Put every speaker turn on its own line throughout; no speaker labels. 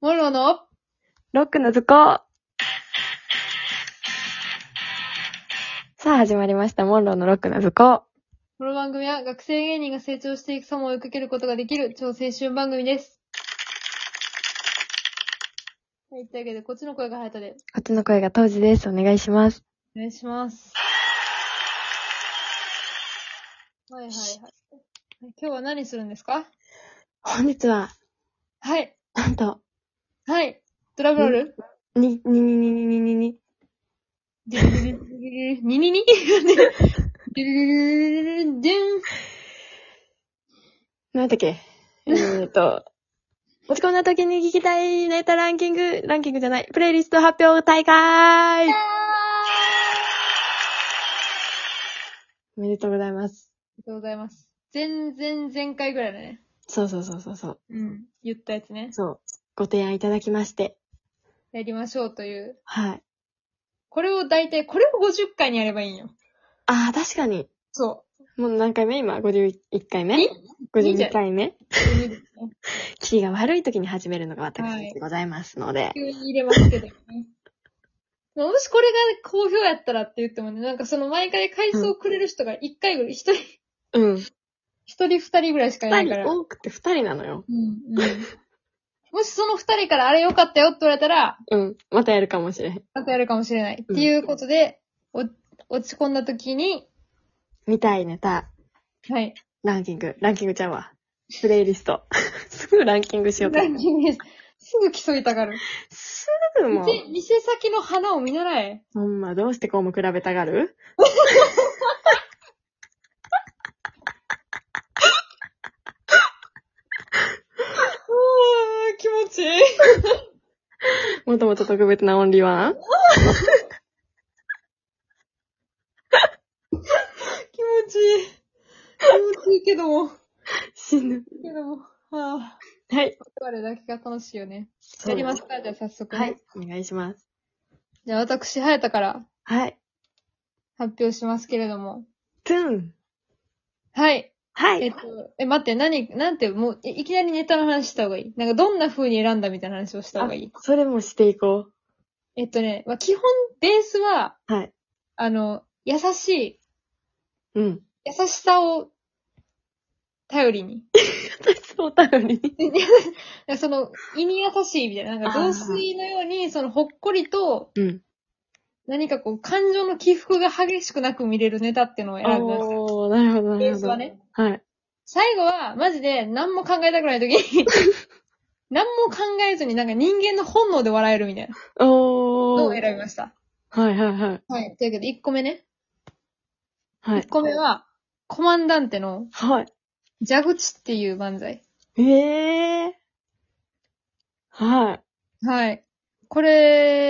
モロの
ロックの図工さあ始まりました、モンローのロックの図工。
この番組は学生芸人が成長していく様を追いかけることができる超青春番組です。はい、というわけで、こっちの声がハヤトで。
こっちの声が当時です。お願いします。
お願いします。はいはいはい。今日は何するんですか
本日は、
はい。
なんと、
はい。ドラムロール
に、ににににににに、
デュルルルルルルニニニデュルルルルルルデュン
なんだっけえー と、落ち込んだ時に聞きたいネタランキング、ランキングじゃない、プレイリスト発表大会おめでとうございます。
ありがとうございます。全然前回ぐらいだね。
そうそうそうそうそう。
うん。言ったやつね。
そう。ご提案いただきまして。
やりましょうという。
はい。
これを大体、これを50回にやればいいんよ。
ああ、確かに。
そ
もう何回目今 ?51 回目
え
?52 回目
う。急
キーが悪い時に始めるのが私でございますので。
に入れますけどね。 まあもしこれが好評やったらって言ってもね、なんかその毎回回数をくれる人が1回ぐらい、一人、
うん。
一人二人ぐらいしかいな
二
いから。
人、
うん、
多くて二人なのよ。
うん。もしその二人からあれ良かったよって言われたら、
うん。またやるかもしれへん。
またやるかもしれない。
うん
っていうことで、お落ち込んだ時に、
見たいネタ、
はい。
ランキング、ランキングちゃうわ。プレイリスト。 すぐランキングしようと
ラ
思
ン
う。
キングです。すぐ競いたがる。
すぐもう、
店、店先の花を見習え。
ほんま、どうしてこうも比べたがる
うー、気持ちいい。
もともと特別なオンリーワン
気持ちいい。気持ちいいけども。
死ぬ。
けども。はあ、
はい。
我だけが楽しいよね。やりますかじゃあ早速、
はい。。お願いします。
じゃあ私、はやたから
はい。
発表しますけれども。
トゥーン。
はい。
は
えっ
い。
と、え、待って、何、なんて、もう、いいきなりネタの話した方がいい。なんか、どんな風に選んだみたいな話をした方がいい。
それもしていこ
えっとね、まあ、基本、ベースは、
う。はい。
あの、優しい、
うん。
優しさを、頼り に。
私、おたより。
でその、胃に優しいみたいな、なんか
あー
雑炊のように、その、ほっこりと、
うん。
何かこう、感情の起伏が激しくなく見れるネタっていうのを選んだんですよ。
おー、なるほど、な
ベ
る
ー
ほ
ス
ど。
はね。
はい。
最後は、マジで、何も考えたくない時 に、何も考えずに、なんか人間の本能で笑えるみたいな
おー。
のを選びました。
はいはいはい。
はい。というわけど、1個目ね。
はい
1。個目は、コマンダンテの、
はい。
蛇口っていう漫才。
ええー。はい。
はい。こ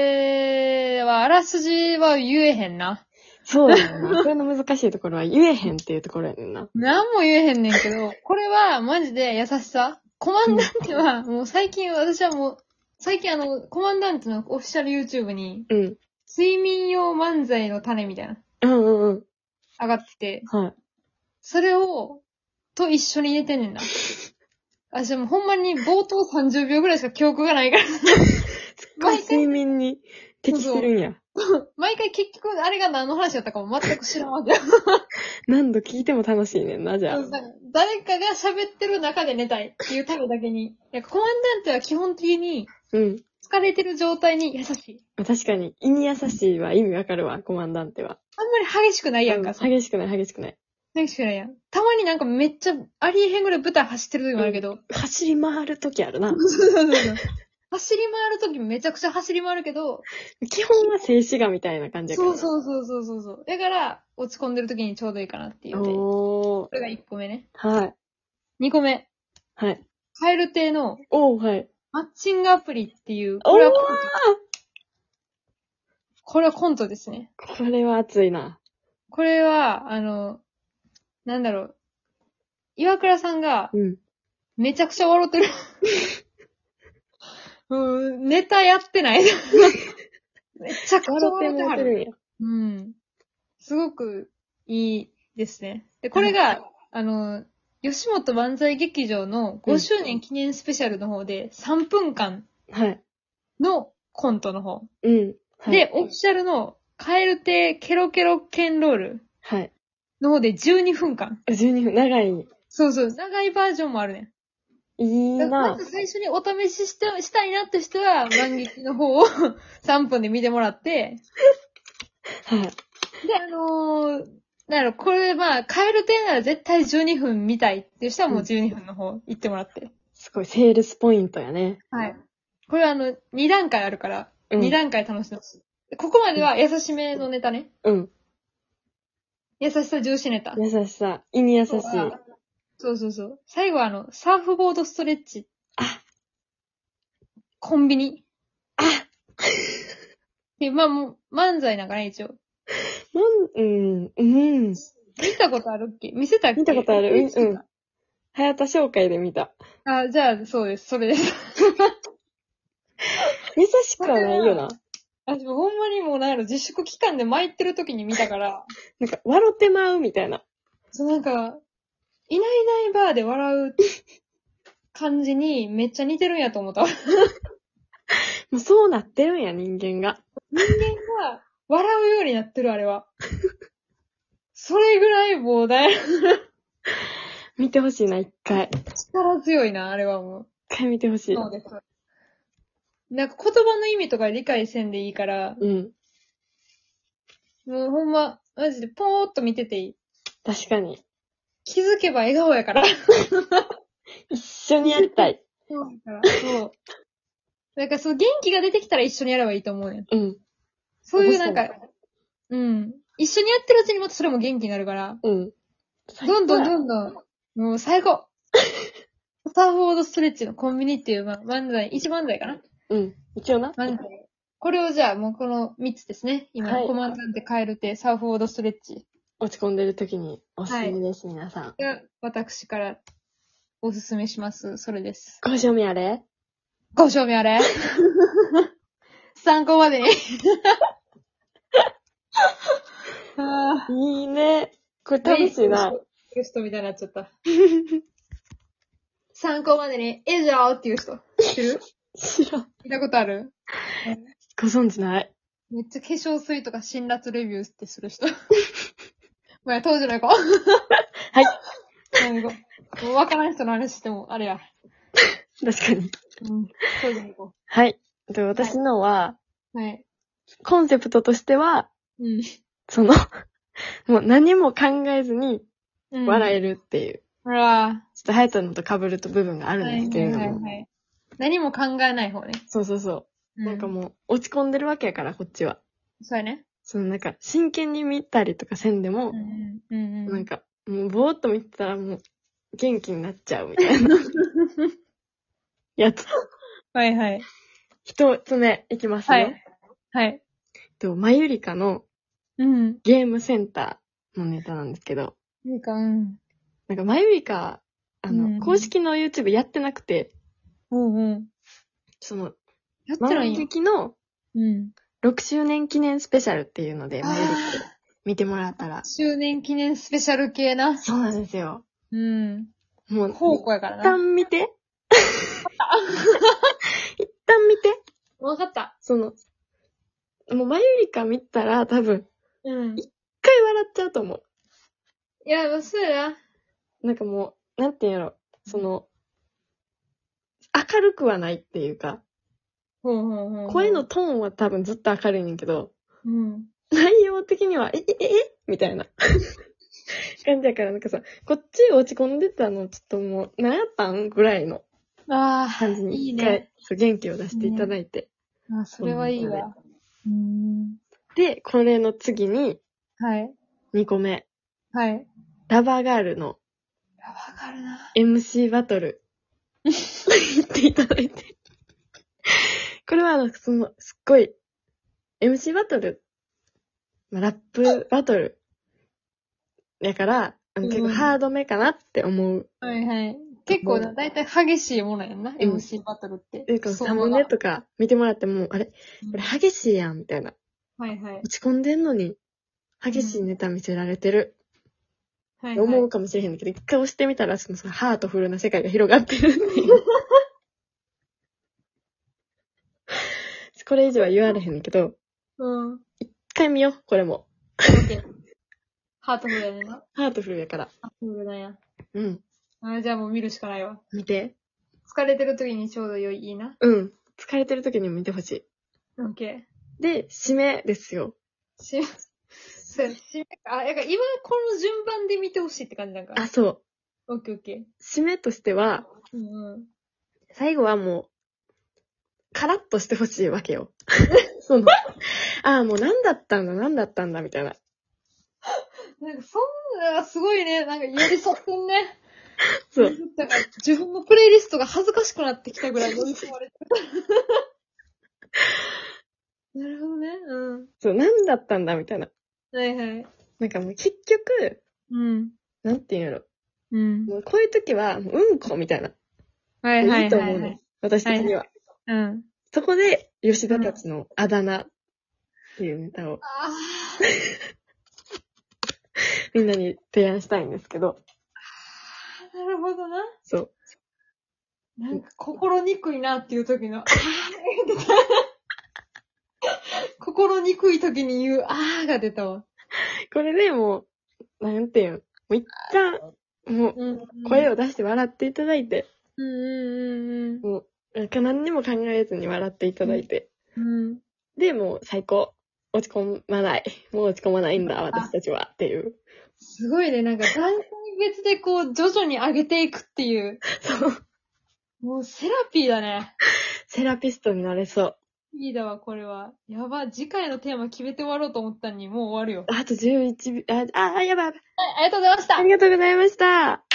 れは、あらすじは言えへんな。
そうだよ な。それの難しいところは言えへんっていうところやねんな。
なんも言えへんねんけど、これはマジで優しさ。コマンダンテは、もう最近私はもう、最近あの、コマンダンテのオフィシャル YouTube に、
うん。
睡眠用漫才の種みたいな、
うんうんうん。
上がってて、
はい。
それを、と一緒に入れてんねんな。私でもほんまに冒頭30秒ぐらいしか記憶がないから、
こう
毎回、
睡眠に適してるんや。
毎回結局あれが何の話だったかも全く知らんわけよ。
何度聞いても楽しいねんな、じゃあ
そう。なんか誰かが喋ってる中で寝たいっていうためだけに。なんかコマンダンテは基本的に、
うん。
疲れてる状態に優しい。
確かに、胃に優しいは意味わかるわ、コマンダンテは。
あんまり激しくないやんか。
うん激しくない、激しくない。
激しくないやん。たまになんかめっちゃありえへんぐらい舞台走ってる時もあるけ ど。
走り回るときあるな。
走り回る時もめちゃくちゃ走り回るけど。
基本は静止画みたいな感じやから
そ
な。
うそうそうそうそうそう。だから、落ち込んでる時にちょうどいいかなっていうね。こ
おー。
れが1個目ね。
はい。
2個目。
はい。
カエル亭の
おー、はい。
マッチングアプリっていう。
お
これは
ー
コント。これはコントですね。
これは熱いな。
これは、あの、なんだろう。岩倉さんが、
うん。
めちゃくちゃ笑ってる。 うん、ネタやって ない。めちゃくちゃ
笑って
笑
も
って
ら
は
って
る。
るんや。
うん。すごくいいですね。で、これが、あの、吉本漫才劇場の5周年記念スペシャルの方で3分間
はい。
のコントの方。
うん。はい、
で、オフィシャルの、カエル亭ケロケロケンロール
はい。
の方で12分間。
12分、長い。
そうそう、長いバージョンもあるねん。
いい
だからま
な
ず最初にお試しして、したいなって人は、万劇の方を3分で見てもらって、
はい。
で、あのー、なんやろ、これ、まあ、カエル亭なら絶対12分見たいっていう人はもう12分の方行ってもらって。
すごい、セールスポイントやね。
はい。これはあの、2段階あるから、
うん
2段階楽しんでほしい。ここまでは優しめのネタね。
うん。
優しさ重視ネタ。
優しさ。胃に優しい。
そうそうそう。最後はあの、サーフボードストレッチ。
あ
コンビニ。
あ
で、まあもう、漫才なんかね、一応。
もん、うん、うん。
見たことあるっけ見せたっけ
見たことある。うん、
見
う
せ
ん。早田紹介で見た。
たあ、じゃあ、そうです。それです。
見さしくはないよな。
あ、でもほんまにもうなんやろ、自粛期間で参ってる時に見たから、
なんか、笑ってまうみたいな。
そうなんか、いないいないバーで笑う感じにめっちゃ似てるんやと思った。人
もうそうなってるんや、人間が。
間が笑うようになってる、あれは。 それぐらいもうだい
見てほしいな、一回。
力強いな、あれはもう。
一回見てほしい。
そうです。なんか言葉の意味とか理解せんでいいから、
うん。
もうほんま、マジでポーっと見てていい。
確かに。
気づけば笑顔やから。
一緒にやりたい。
そうだから。そう。なんかそう、元気が出てきたら一緒にやればいいと思うねん。
うん。
そういうなん
面
か、うん。一緒にやってるうちにまたそれも元気になるから、
うん。
どんどん
ん。
どんどん、もう最 高サーフォードストレッチのコンビニっていう、まあ、漫才、一漫才かな
うん。一応な。
漫才。これをじゃあ、もうこの3つですね。今、
はい
コマンダンテカエルテ、サーフォードストレッチ
落ち込んでる時におすすめです、皆さん。
が、私からおすすめします。それです。
ご賞味あれ
ご賞味あ れ参考までに。ああ。
いいね。これ楽しいな。
ゲストみたいになっちゃった。 参考までに、えじゃあっていう人。知ってる
知らん。
見たことある
ご存知ない。。
めっちゃ化粧水とか辛辣レビューってする人。まあ、当時の子。はいもう分からん人の話しても、あれや。
確かに。
うん。当時の子。
はい。で、私のは、
はい。
コンセプトとしては、
うん。
その、もう何も考えずに
うん、
笑
い。
えるっていう。
ほら。
ちょっと、ハヤトのと被ると部分があるん
は
で
い
すけれども。
はいはいはい何も考えない方ね。
そうそうそうう。なんかもう、落ち込んでるわけやから、こっちは。
そうやね。
そのなんか、真剣に見たりとかせんでも
う、んうん。うんうん。
なんか、もうぼーっと見てたらもう、元気になっちゃうみた いな。やつ。
はいはい。
一つ目いきますね。
はい。はい。
と、マユリカの
うん。
ゲームセンターのネタなんですけど、
なんか、うん。
なんかマユリカ、あの、
うん
公式の YouTube やってなくて、
うんうん。
その、
やってない
万
んや。
劇の
うん。
6周年記念スペシャルっていうので、マユリカ見てもらったら。
周年記念スペシャル系な。
そうなんですよ。
うん。
もう、
宝
一
庫やからな。
旦見 て。一旦見て。
わかった。
その、もうマユリカ見たら多分、
うん。い
一回笑っちゃうと思
や、そうやな。
う。なんかもう、なんていうんやろ。その、明るくはないっていうか、
ほうほうほう。
声の。トーンは多分ずっと明るいねんけど、
うん。
内容的には、え、え、え、えみたいな感じやから、なんかさ、こっち落ち込んでたの、ちょっともう、何やったんぐらいの
あ
感じに、
いい
一
ね
回、そう元気を出していただいて。
あ。あ、それはいいわ。うん。
で、これの次に、
はい。
2個目、
はい。
ラバーガールの
あわかるな。
MC バトル、言っていただいて。これは、あの、その、すっごい、MC バトル、まあ、ラップバトル、やから、あの結
う
構
ん
ハードめかなって思う。
はいはい。結構な、だいたい激しいものやんな。MC バトルって。
というか、
そう
サムネとか見てもらっても、あれこ
うん
れ激しいやん、みたいな。
はいはい。
落ち込んでんのに、激しいネタ見せられてる。
はいはい。
思うかもしれへんけど、一回押してみたら、その、そのハートフルな世界が広がってるっていう。 これ以上は言われへんねんけど、
うん。オッ
一回見よう、これも。
ケー。ハートフルやねんな。
ハートフルやから。
ハートフルなんや。
うん。
あじゃあもう見るしかないわ。
見て。
疲れてる時にちょうど良い、いいな。
うん。疲れてる時に見てほし
オッケ
い。で、締めですよ。
ー。し、 そうや、し、あ、やから今この順番で見てほしいって感じなんか。
あ、そう。
オッケーオッケ
締めとしては、
ー。うんうん。
最後はもう、カラッとしてほしいわけよ。 その、ああ、もう何だったんだ、何だったんだ、みたいな。
なんかそんな、すごいね、なんか寄り添ってんね。
そう。。
だから自分のプレイリストが恥ずかしくなってきたぐらい追い込まれてる。なるほどね。うん。
そう、何だったんだ、みたいな。
はいはい。
なんかもう結局、
うん。
なんていうんやろ。
うん。
もうこういう時は、もううんこみたいな。
はいはい
いと
は
思う
い、は
の
い。。
私的には。
うん。
そこで、吉田たちのあだ名っていうネタを
あ
みんなに提案したいんですけど、
あ、なるほどな。
そう。
なんか心にくいなっていう時の、あー心にくい時に言う、あーが出たわ。
これでもう、なんていうん、もう一旦、もう、
うん。
声
を。
を出して笑っていただいて、
うんうん
もう、なんか何にも考えずに笑っていただいて、
うんうん。うん。
で、もう最高。落ち込まない。もう落ち込まないんだ、私たちは。っていう。
すごいね、なんか段階別でこう、徐々に上げていくっていう。
そう。
もうセラピーだね。
セラピストになれそう。
いいだわ、これは。やば、次回のテーマ決めて終わろうと思ったのに、もう終わるよ。
あと11秒、あ、あ、やばいやばい。
はい、ありがとうございました
ありがとうございました。